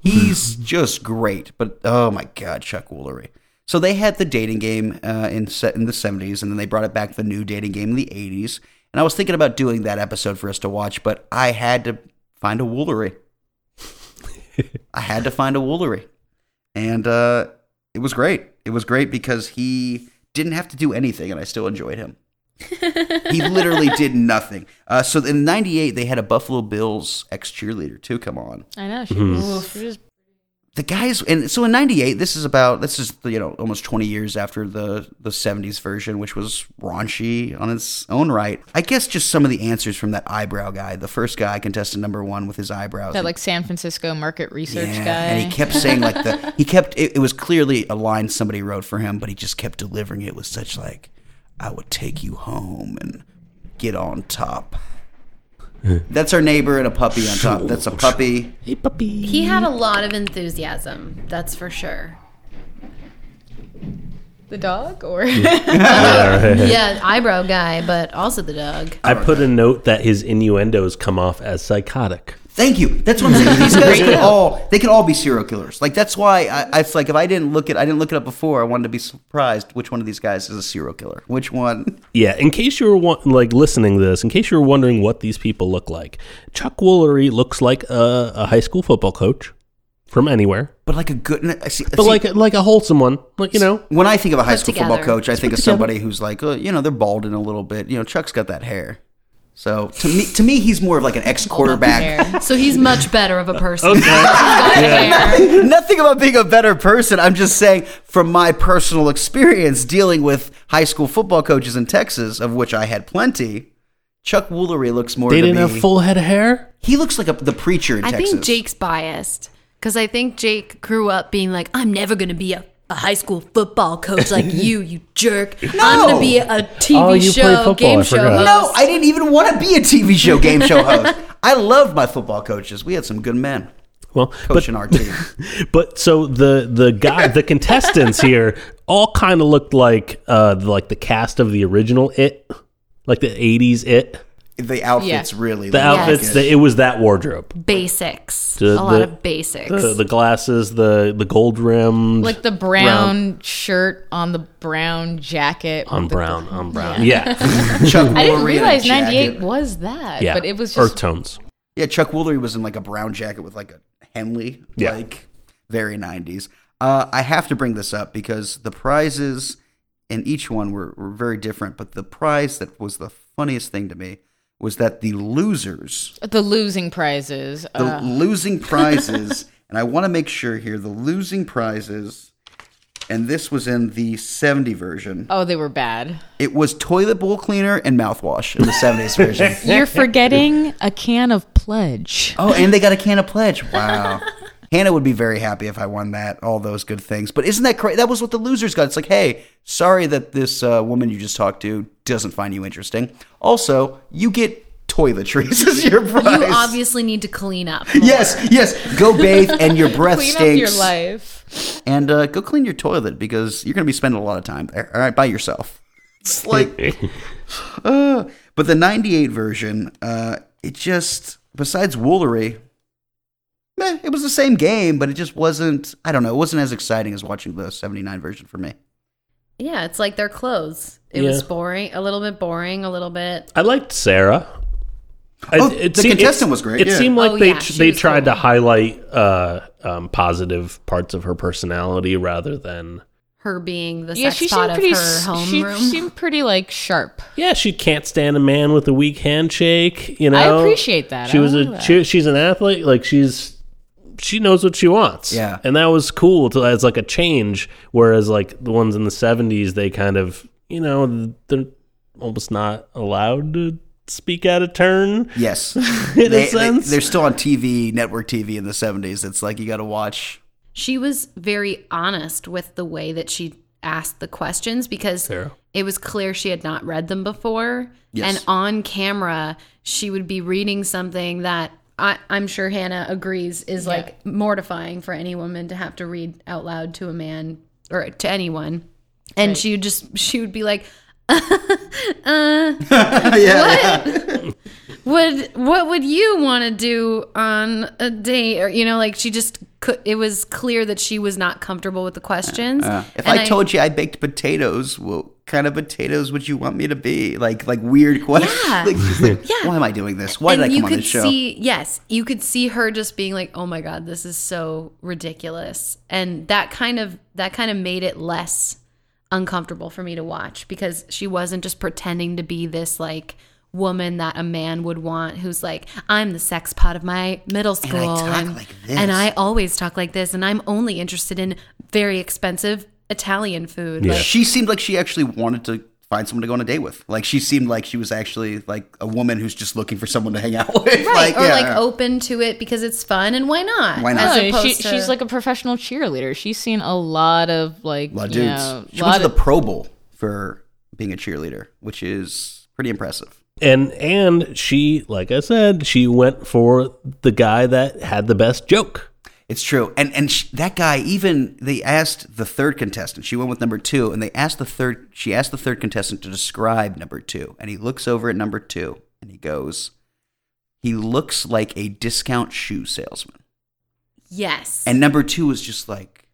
He's *laughs* just great, but oh my god, Chuck Woolery. So they had the dating game uh, in set in the '70s, and then they brought it back the new dating game in the '80s. And I was thinking about doing that episode for us to watch, but I had to find a Woolery. *laughs* I had to find a Woolery, and uh, it was great. It was great because he didn't have to do anything, and I still enjoyed him. he *laughs* literally did nothing. Uh, so in '98, they had a Buffalo Bills ex cheerleader too come on. I know she was, she was the guys and so in 98 this is about this is you know almost 20 years after the the 70s version which was raunchy on its own right i guess just some of the answers from that eyebrow guy the first guy contested number one with his eyebrows that like San Francisco market research yeah, guy. and he kept saying like the he kept it, it was clearly a line somebody wrote for him but he just kept delivering it with such like i would take you home and get on *laughs* top that's our neighbor and a puppy on top that's a puppy Hey, puppy. *laughs* He had a lot of enthusiasm, that's for sure. the dog or Yeah, eyebrow guy, but also the dog. I put a note that his innuendos come off as psychotic. Thank you. That's what I'm saying. These guys could all they could all be serial killers. Like that's why I, I it's like if I didn't look at I didn't look it up before, I wanted to be surprised which one of these guys is a serial killer. Which one? Yeah, in case you were wa- like listening to this, in case you were wondering what these people look like, Chuck Woolery looks like a, a high school football coach from anywhere, But like a good I see, but see, like like a wholesome one, like you know. when I think of a high school football together. coach, I think of somebody who's like, oh, you know, they're balding a little bit. You know, Chuck's got that hair. So to me to me he's more of like an ex quarterback. *laughs* Hair. So he's much better of a person. *laughs* Nothing about being a better person. I'm just saying from my personal experience dealing with high school football coaches in Texas, of which I had plenty. Chuck Woolery looks more They to didn't me- have full head of hair. He looks like a, the preacher in I Texas. think Jake's biased because I think Jake grew up being like, I'm never going to be a, a high school football coach *laughs* like you, you jerk. I'm going to be a TV Oh, you play show, football, game I show forgot. No, host. I didn't even want to be a TV show game *laughs* show host. I loved my football coaches. We had some good men Well, but coaching our team. *laughs* But so the the guy the contestants here all kind of looked like uh like the cast of the original It, like the '80s It. The outfits really. The outfits that it was that wardrobe, Basics. a The- lot the- of basics. the, the glasses, the the gold rimmed, like the brown shirt on the brown jacket. on with the- brown on brown, *laughs* yeah, *laughs* *laughs* Chuck I didn't Woolery in a realize jacket. '98 was that, yeah. but it was earth just tones. Yeah, Chuck Woolery was in like a brown jacket with like a Henley, Yeah. like very 90s. Uh, I have to bring this up because the prizes in each one were, were very different, but the prize that was the funniest thing to me was that the losers the losing prizes. the Uh, *laughs* losing prizes, and I want to make sure here the losing prizes, and this was in the 70 version. oh, they were bad. It was toilet bowl cleaner and mouthwash in the 70s *laughs* version. *laughs* You're forgetting a can of pledge. Oh, and they got a can of pledge. Wow. Hannah would be very happy if I won that, all those good things. But isn't that crazy? That was what the losers got. It's like, hey, sorry that this uh, woman you just talked to doesn't find you interesting. Also, you get toiletries *laughs* as your prize. you obviously need to clean *laughs* up. yes, yes. Go bathe and your breath Clean stinks. up your life. and uh, go clean your toilet because you're going to be spending a lot of time there. All right, by yourself. It's like, uh, but the '98 version, uh, it just besides Woolery, meh, it was the same game, but it just wasn't. I don't know. It wasn't as exciting as watching the '79 version for me. Yeah, it's like their clothes. It Yeah. was boring, a little bit boring, a little bit. I liked Sarah. Oh, the contestant was great, It yeah. seemed like Oh, they yeah, she they was tried cool. to highlight uh, um, positive parts of her personality rather than Her being the Yeah, sex she pot seemed of pretty. her s- She homeroom. seemed pretty like sharp. yeah she can't stand a man with a weak handshake. You know, I appreciate that. She I was like a that. she, she's an athlete. Like she's she knows what she wants. Yeah. and that was cool. To, as like a change, whereas like the ones in the seventies, they kind of you know they're almost not allowed to speak out of turn. Yes, *laughs* In a sense. are still on TV, network TV in the '70s. It's like you got to watch. she was very honest with the way that she asked the questions because Sarah. it was clear she had not read them before. Yes. And on camera, she would be reading something that I, I'm sure Hannah agrees is like mortifying for any woman to have to read out loud to a man or to anyone. And she would just, she would be like, *laughs* uh, *laughs* would what would you want to do on a date or you know like she just could it was clear that she was not comfortable with the questions Uh, If And I, told you I baked potatoes, what kind of potatoes would you want me to be? Like, like weird questions. *laughs* Yeah. *laughs* Like, she's like, Yeah. Why am I doing this? Why did and I you come on could this show? see yes you could see her just being like oh my god this is so ridiculous and that kind of that kind of made it less uncomfortable for me to watch because she wasn't just pretending to be this like woman that a man would want who's like, I'm the sex pot of my middle school. talk like this." and I always talk like this. And I'm only interested in very expensive Italian food. Like, She seemed like she actually wanted to find someone to go on a date with. Like she seemed like she was actually like a woman who's just looking for someone to hang out *laughs* with. right. Like, or yeah, like yeah. oh, open to it because it's fun and why not? Why not? As No, she, opposed to- she's like a professional cheerleader. She's seen a lot of like lot of you dudes. know, she went lot to the of- Pro Bowl for being a cheerleader, which is pretty impressive. and and she like i said she went for the guy that had the best joke It's true, and and sh that guy even they asked the third contestant. She went with number two, and they asked the third. She asked the third contestant to describe number two, and he looks over at number two, and he goes, "He looks like a discount shoe salesman." yes. And number two was just like,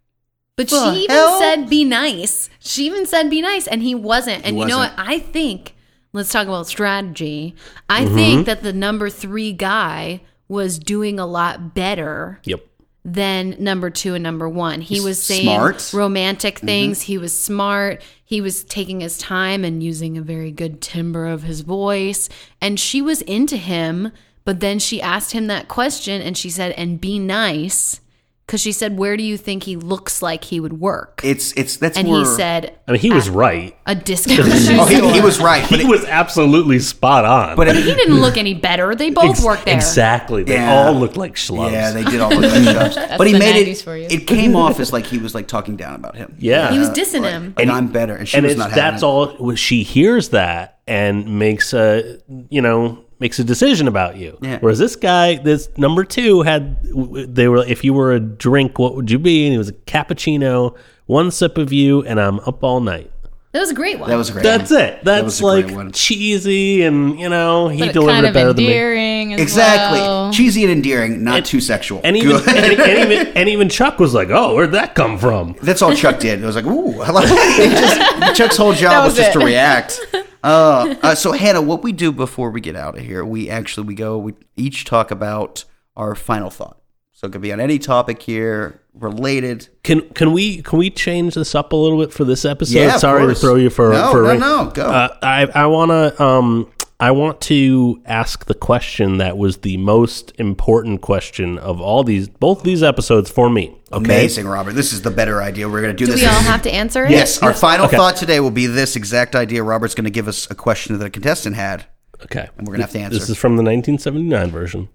But she The even hell? said be nice. She even said be nice, and he wasn't. And He you know what? wasn't. I think let's talk about strategy. I think that the number three guy was doing a lot better yep than number two and number one. He He's was saying smart. Mm-hmm. romantic things. He was smart. He was taking his time and using a very good timbre of his voice. And she was into him, but then she asked him that question and she said, and be nice. Because she said, where do you think he looks like he would work? "It's it's that's and more." he said, i mean he Ah. was right *laughs* a discount. shoe "Oh, store." he, he was right." But he it, was absolutely spot on but it, he didn't look any better. They both Ex- worked there. exactly they Yeah. all looked like schlubs yeah, they did all look like *laughs* shops. But he the made 90s it. for you. It came off as like he was like talking down about him. Yeah. He was Uh, dissing like, him. Like, I'm better, and she and was it's not having that's it. all well, she hears that and makes a you know makes a decision about you Yeah. whereas this guy this number two had they were if you were a drink what would you be and it was a cappuccino one sip of you and i'm up all night That was a great one. That was a great. that's it that's was a great like one. cheesy and you know he but it delivered kind it of better than me endearing. As Exactly. well. Cheesy and endearing, not too sexual. and even, Good. and, *laughs* and even and even chuck was like oh where'd that come from That's all Chuck did. It was like, ooh, hello. It just, Chuck's whole job was, was just it. to react. Uh, uh, so Hannah, what we do before we get out of here, we actually we go we each talk about our final thought. So it could be on any topic here related. Can can we can we change this up a little bit for this episode? Yeah, of Sorry to course. throw you for No, for a no, ring. no, go. Uh, I I wanna um I want to ask the question that was the most important question of all these both these episodes for me. Okay. Amazing, Robert. This is the better idea. We're going to do, do this. we all have to answer it? yes, our final Okay. thought today will be this exact idea. Robert's going to give us a question that a contestant had. Okay. And we're gonna have to answer. This is from the 1979 version.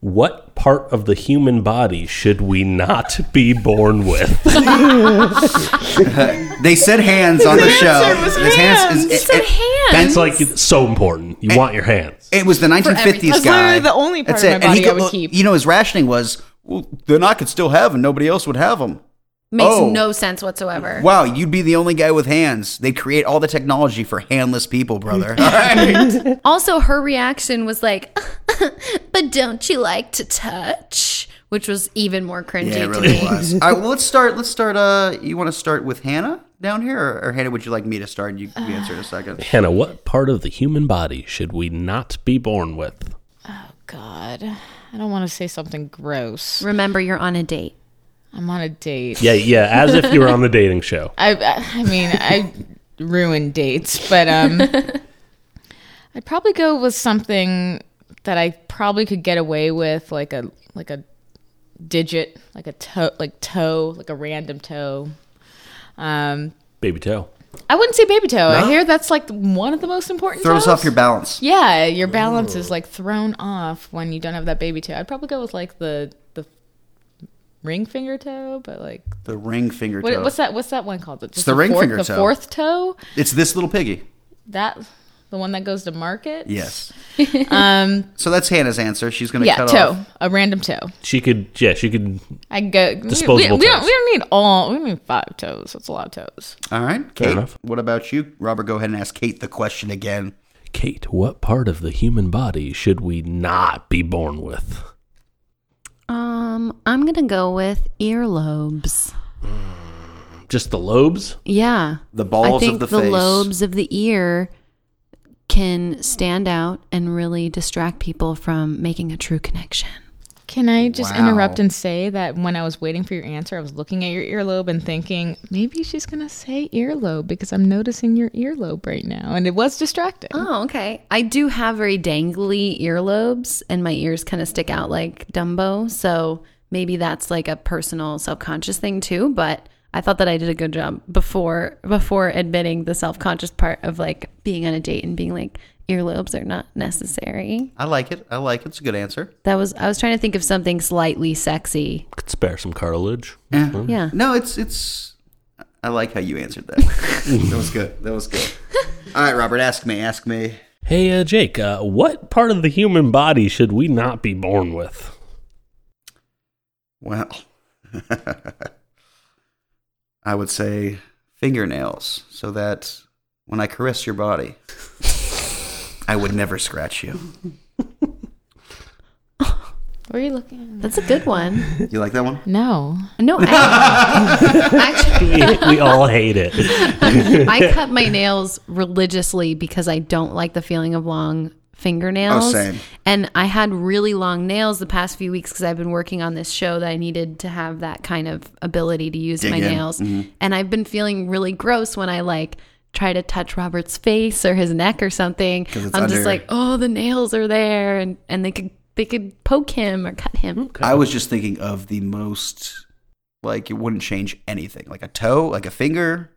What part of the human body should we not be born *laughs* with? They said hands on the show. His hands. is- He said hands. That's like it's so important. You want your hands. It was the 1950s everything. That's guy. literally the only part That's of it. my And he body go- I would well, keep. You know, his rationing was, well, then I could still have them. Nobody else would have them. makes Oh. no sense whatsoever. Wow, you'd be the only guy with hands. They create all the technology for handless people, brother. *laughs* All right. Also, her reaction was like, *laughs* "But don't you like to touch?" Which was even more cringy yeah, *laughs* it to really me. was. All right, well, let's start. Let's start. Uh, you want to start with Hannah down here, or, or Hannah? Would you like me to start? And you can answer in a *sighs* second. Hannah, what part of the human body should we not be born with? God, I don't want to say something gross. *laughs* Remember, you're on a date. I'm on a date. Yeah, yeah, as if you were on the dating show. I I mean I ruin dates, but *laughs* um, I'd probably go with something that I probably could get away with, like a like a digit, like a toe, like toe, like a random toe. Um, Baby toe. I wouldn't say baby toe. I hear that's like one of the most important. Throws toes. off your balance. Yeah, your balance is like thrown off when you don't have that baby toe. I'd probably go with like the the ring finger toe, but like The ring finger what, toe. what's that? What's that one called? Just the ring fourth, finger the toe. fourth toe. It's this little piggy. That the one that goes to market. Yes. *laughs* *laughs* Um. So that's Hannah's answer. She's going to Yeah. cut Toe. off. A random toe. She could, yeah, she could. I can go. we- Disposable we, we, don't, toes. we don't need all. We need five toes. That's a lot of toes. All right, Kate. enough. What about you, Robert? Go ahead and ask Kate the question again. Kate, what part of the human body should we not be born with? Um, I'm gonna go with earlobes. Just the lobes? Yeah, The balls I of think the the face. lobes of the ear can stand out and really distract people from making a true connection. Can I just Wow. interrupt and say that when I was waiting for your answer, I was looking at your earlobe and thinking maybe she's gonna say earlobe because I'm noticing your earlobe right now, and it was distracting. Oh, okay. I do have very dangly earlobes, and my ears kind of stick out like Dumbo. So maybe that's like a personal subconscious thing too. But I thought that I did a good job before before admitting the self conscious part of like being on a date and being like earlobes are not necessary. I like it. I like it. It's a good answer. That was I was trying to think of something slightly sexy. Could spare some cartilage. Eh. Yeah. No, it's it's. I like how you answered *laughs* that. that was good. That was good. All right, Robert, ask me. Ask me. Hey, uh, Jake, uh, what part of the human body should we not be born with? Well, *laughs* I would say fingernails, so that when I caress your body, I would never scratch you. Were you looking? That's a good one. You like that one? No. No, I, actually, we all hate it. *laughs* *laughs* I cut my nails religiously because I don't like the feeling of long fingernails. Oh, same. And I had really long nails the past few weeks because I've been working on this show that I needed to have that kind of ability to use Dig my in. Mm-hmm. nails. And I've been feeling really gross when I like try to touch Robert's face or his neck or something. I'm it's under- just like, oh, the nails are there, and and they could they could poke him or cut him. I was just thinking of the most, like, it wouldn't change anything. Like a toe, like a finger,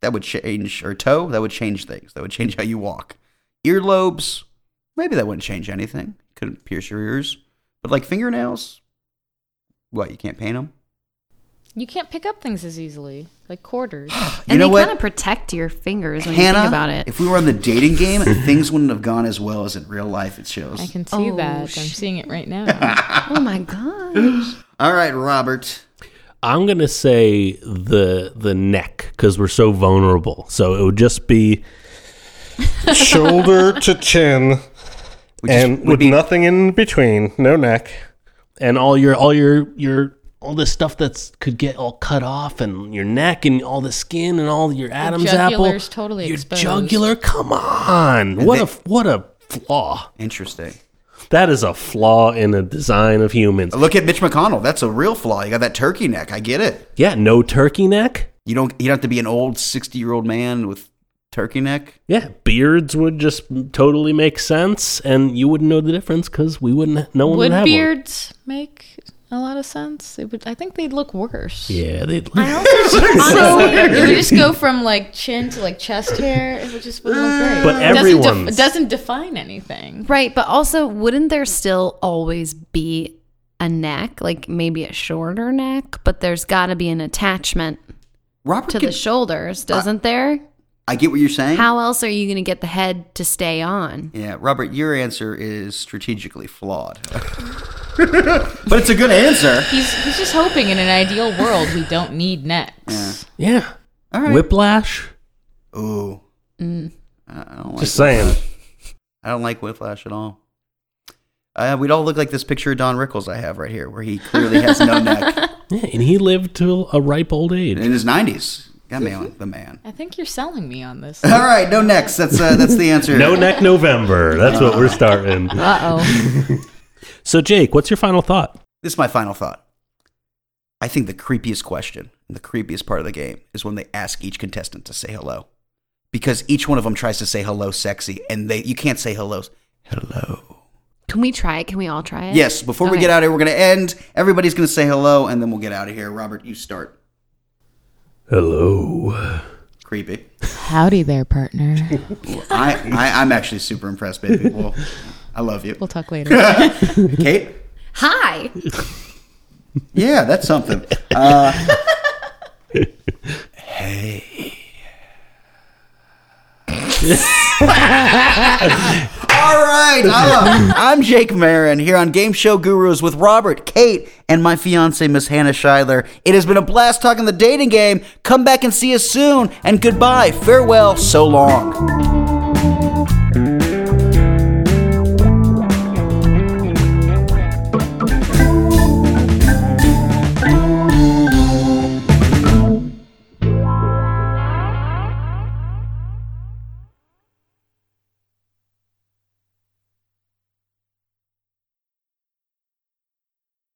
that would change, or toe, that would change things. That would change how you walk. Earlobes, maybe that wouldn't change anything. Couldn't pierce your ears. But like fingernails, what, you can't paint them? You can't pick up things as easily, *gasps* like quarters. You and know they what? kind of protect your fingers when Hannah, you think about it. if we were on the dating game, things wouldn't have gone as well as in real life, it shows. I can see Oh, that. I'm shit. seeing it *laughs* right now. oh my gosh. *laughs* All right, Robert. I'm gonna say the the neck because we're so vulnerable. So it would just be *laughs* shoulder to chin, Which is- and would with be- nothing in between, no neck, and all your all your your all this stuff that's could get all cut off, and your neck, and all the skin, and all your Adam's apple. jugular's totally your exposed. jugular. Come on, what a they- what a flaw. Interesting. That is a flaw in the design of humans. Look at Mitch McConnell. That's a real flaw. You got that turkey neck. I get it. Yeah, no turkey neck. You don't. You don't have to be an old sixty-year-old man with turkey neck. Yeah, beards would just totally make sense, and you wouldn't know the difference because we wouldn't. No one would, Would have beards make a lot of sense? It would. I think they'd look worse. one. *laughs* Yeah, they'd. *laughs* Honestly, if you just go from like chin to like chest hair, it would just wouldn't look great. But It doesn't, def- everyone's- it doesn't define anything. Right, but also wouldn't there still always be a neck, like maybe a shorter neck, but there's got to be an attachment Robert, to can- the shoulders, doesn't there? Uh, I get what you're saying. How else are you going to get the head to stay on? Yeah, Robert, your answer is strategically flawed. *laughs* but it's a good answer. He's he's just hoping in an ideal world we don't need necks. yeah, All right. whiplash. Ooh. Mm. I I don't like. Just saying. I don't like Whiplash at all. Uh, we'd all look like this picture of Don Rickles I have right here, where he clearly has no *laughs* neck Yeah, and he lived till a ripe old age. in his nineties. Got me on the *laughs* man. I think you're selling me on this. *laughs* All right, no necks. That's uh, that's the answer. No neck November. That's what we're starting. Uh oh. So, Jake, what's your final thought? This is my final thought. I think the creepiest question and the creepiest part of the game is when they ask each contestant to say hello. Because each one of them tries to say hello sexy and they you can't say hello. Hello. Can we try it? Can we all try it? Yes, before we Eh? Okay. get out of here, we're going to end. Everybody's going to say hello and then we'll get out of here. Robert, you start. Hello. Creepy. Howdy there, partner. Well, I, I I'm actually super impressed, baby. Well, I love you. We'll talk later. Kate? Hi. Yeah, that's something. Uh, hey. All right. hello. I'm Jake Marin here on Game Show Gurus with Robert, Kate, and my fiance, Miss Hannah Schuyler. It has been a blast talking the dating game. Come back and see us soon. And goodbye, farewell, so long.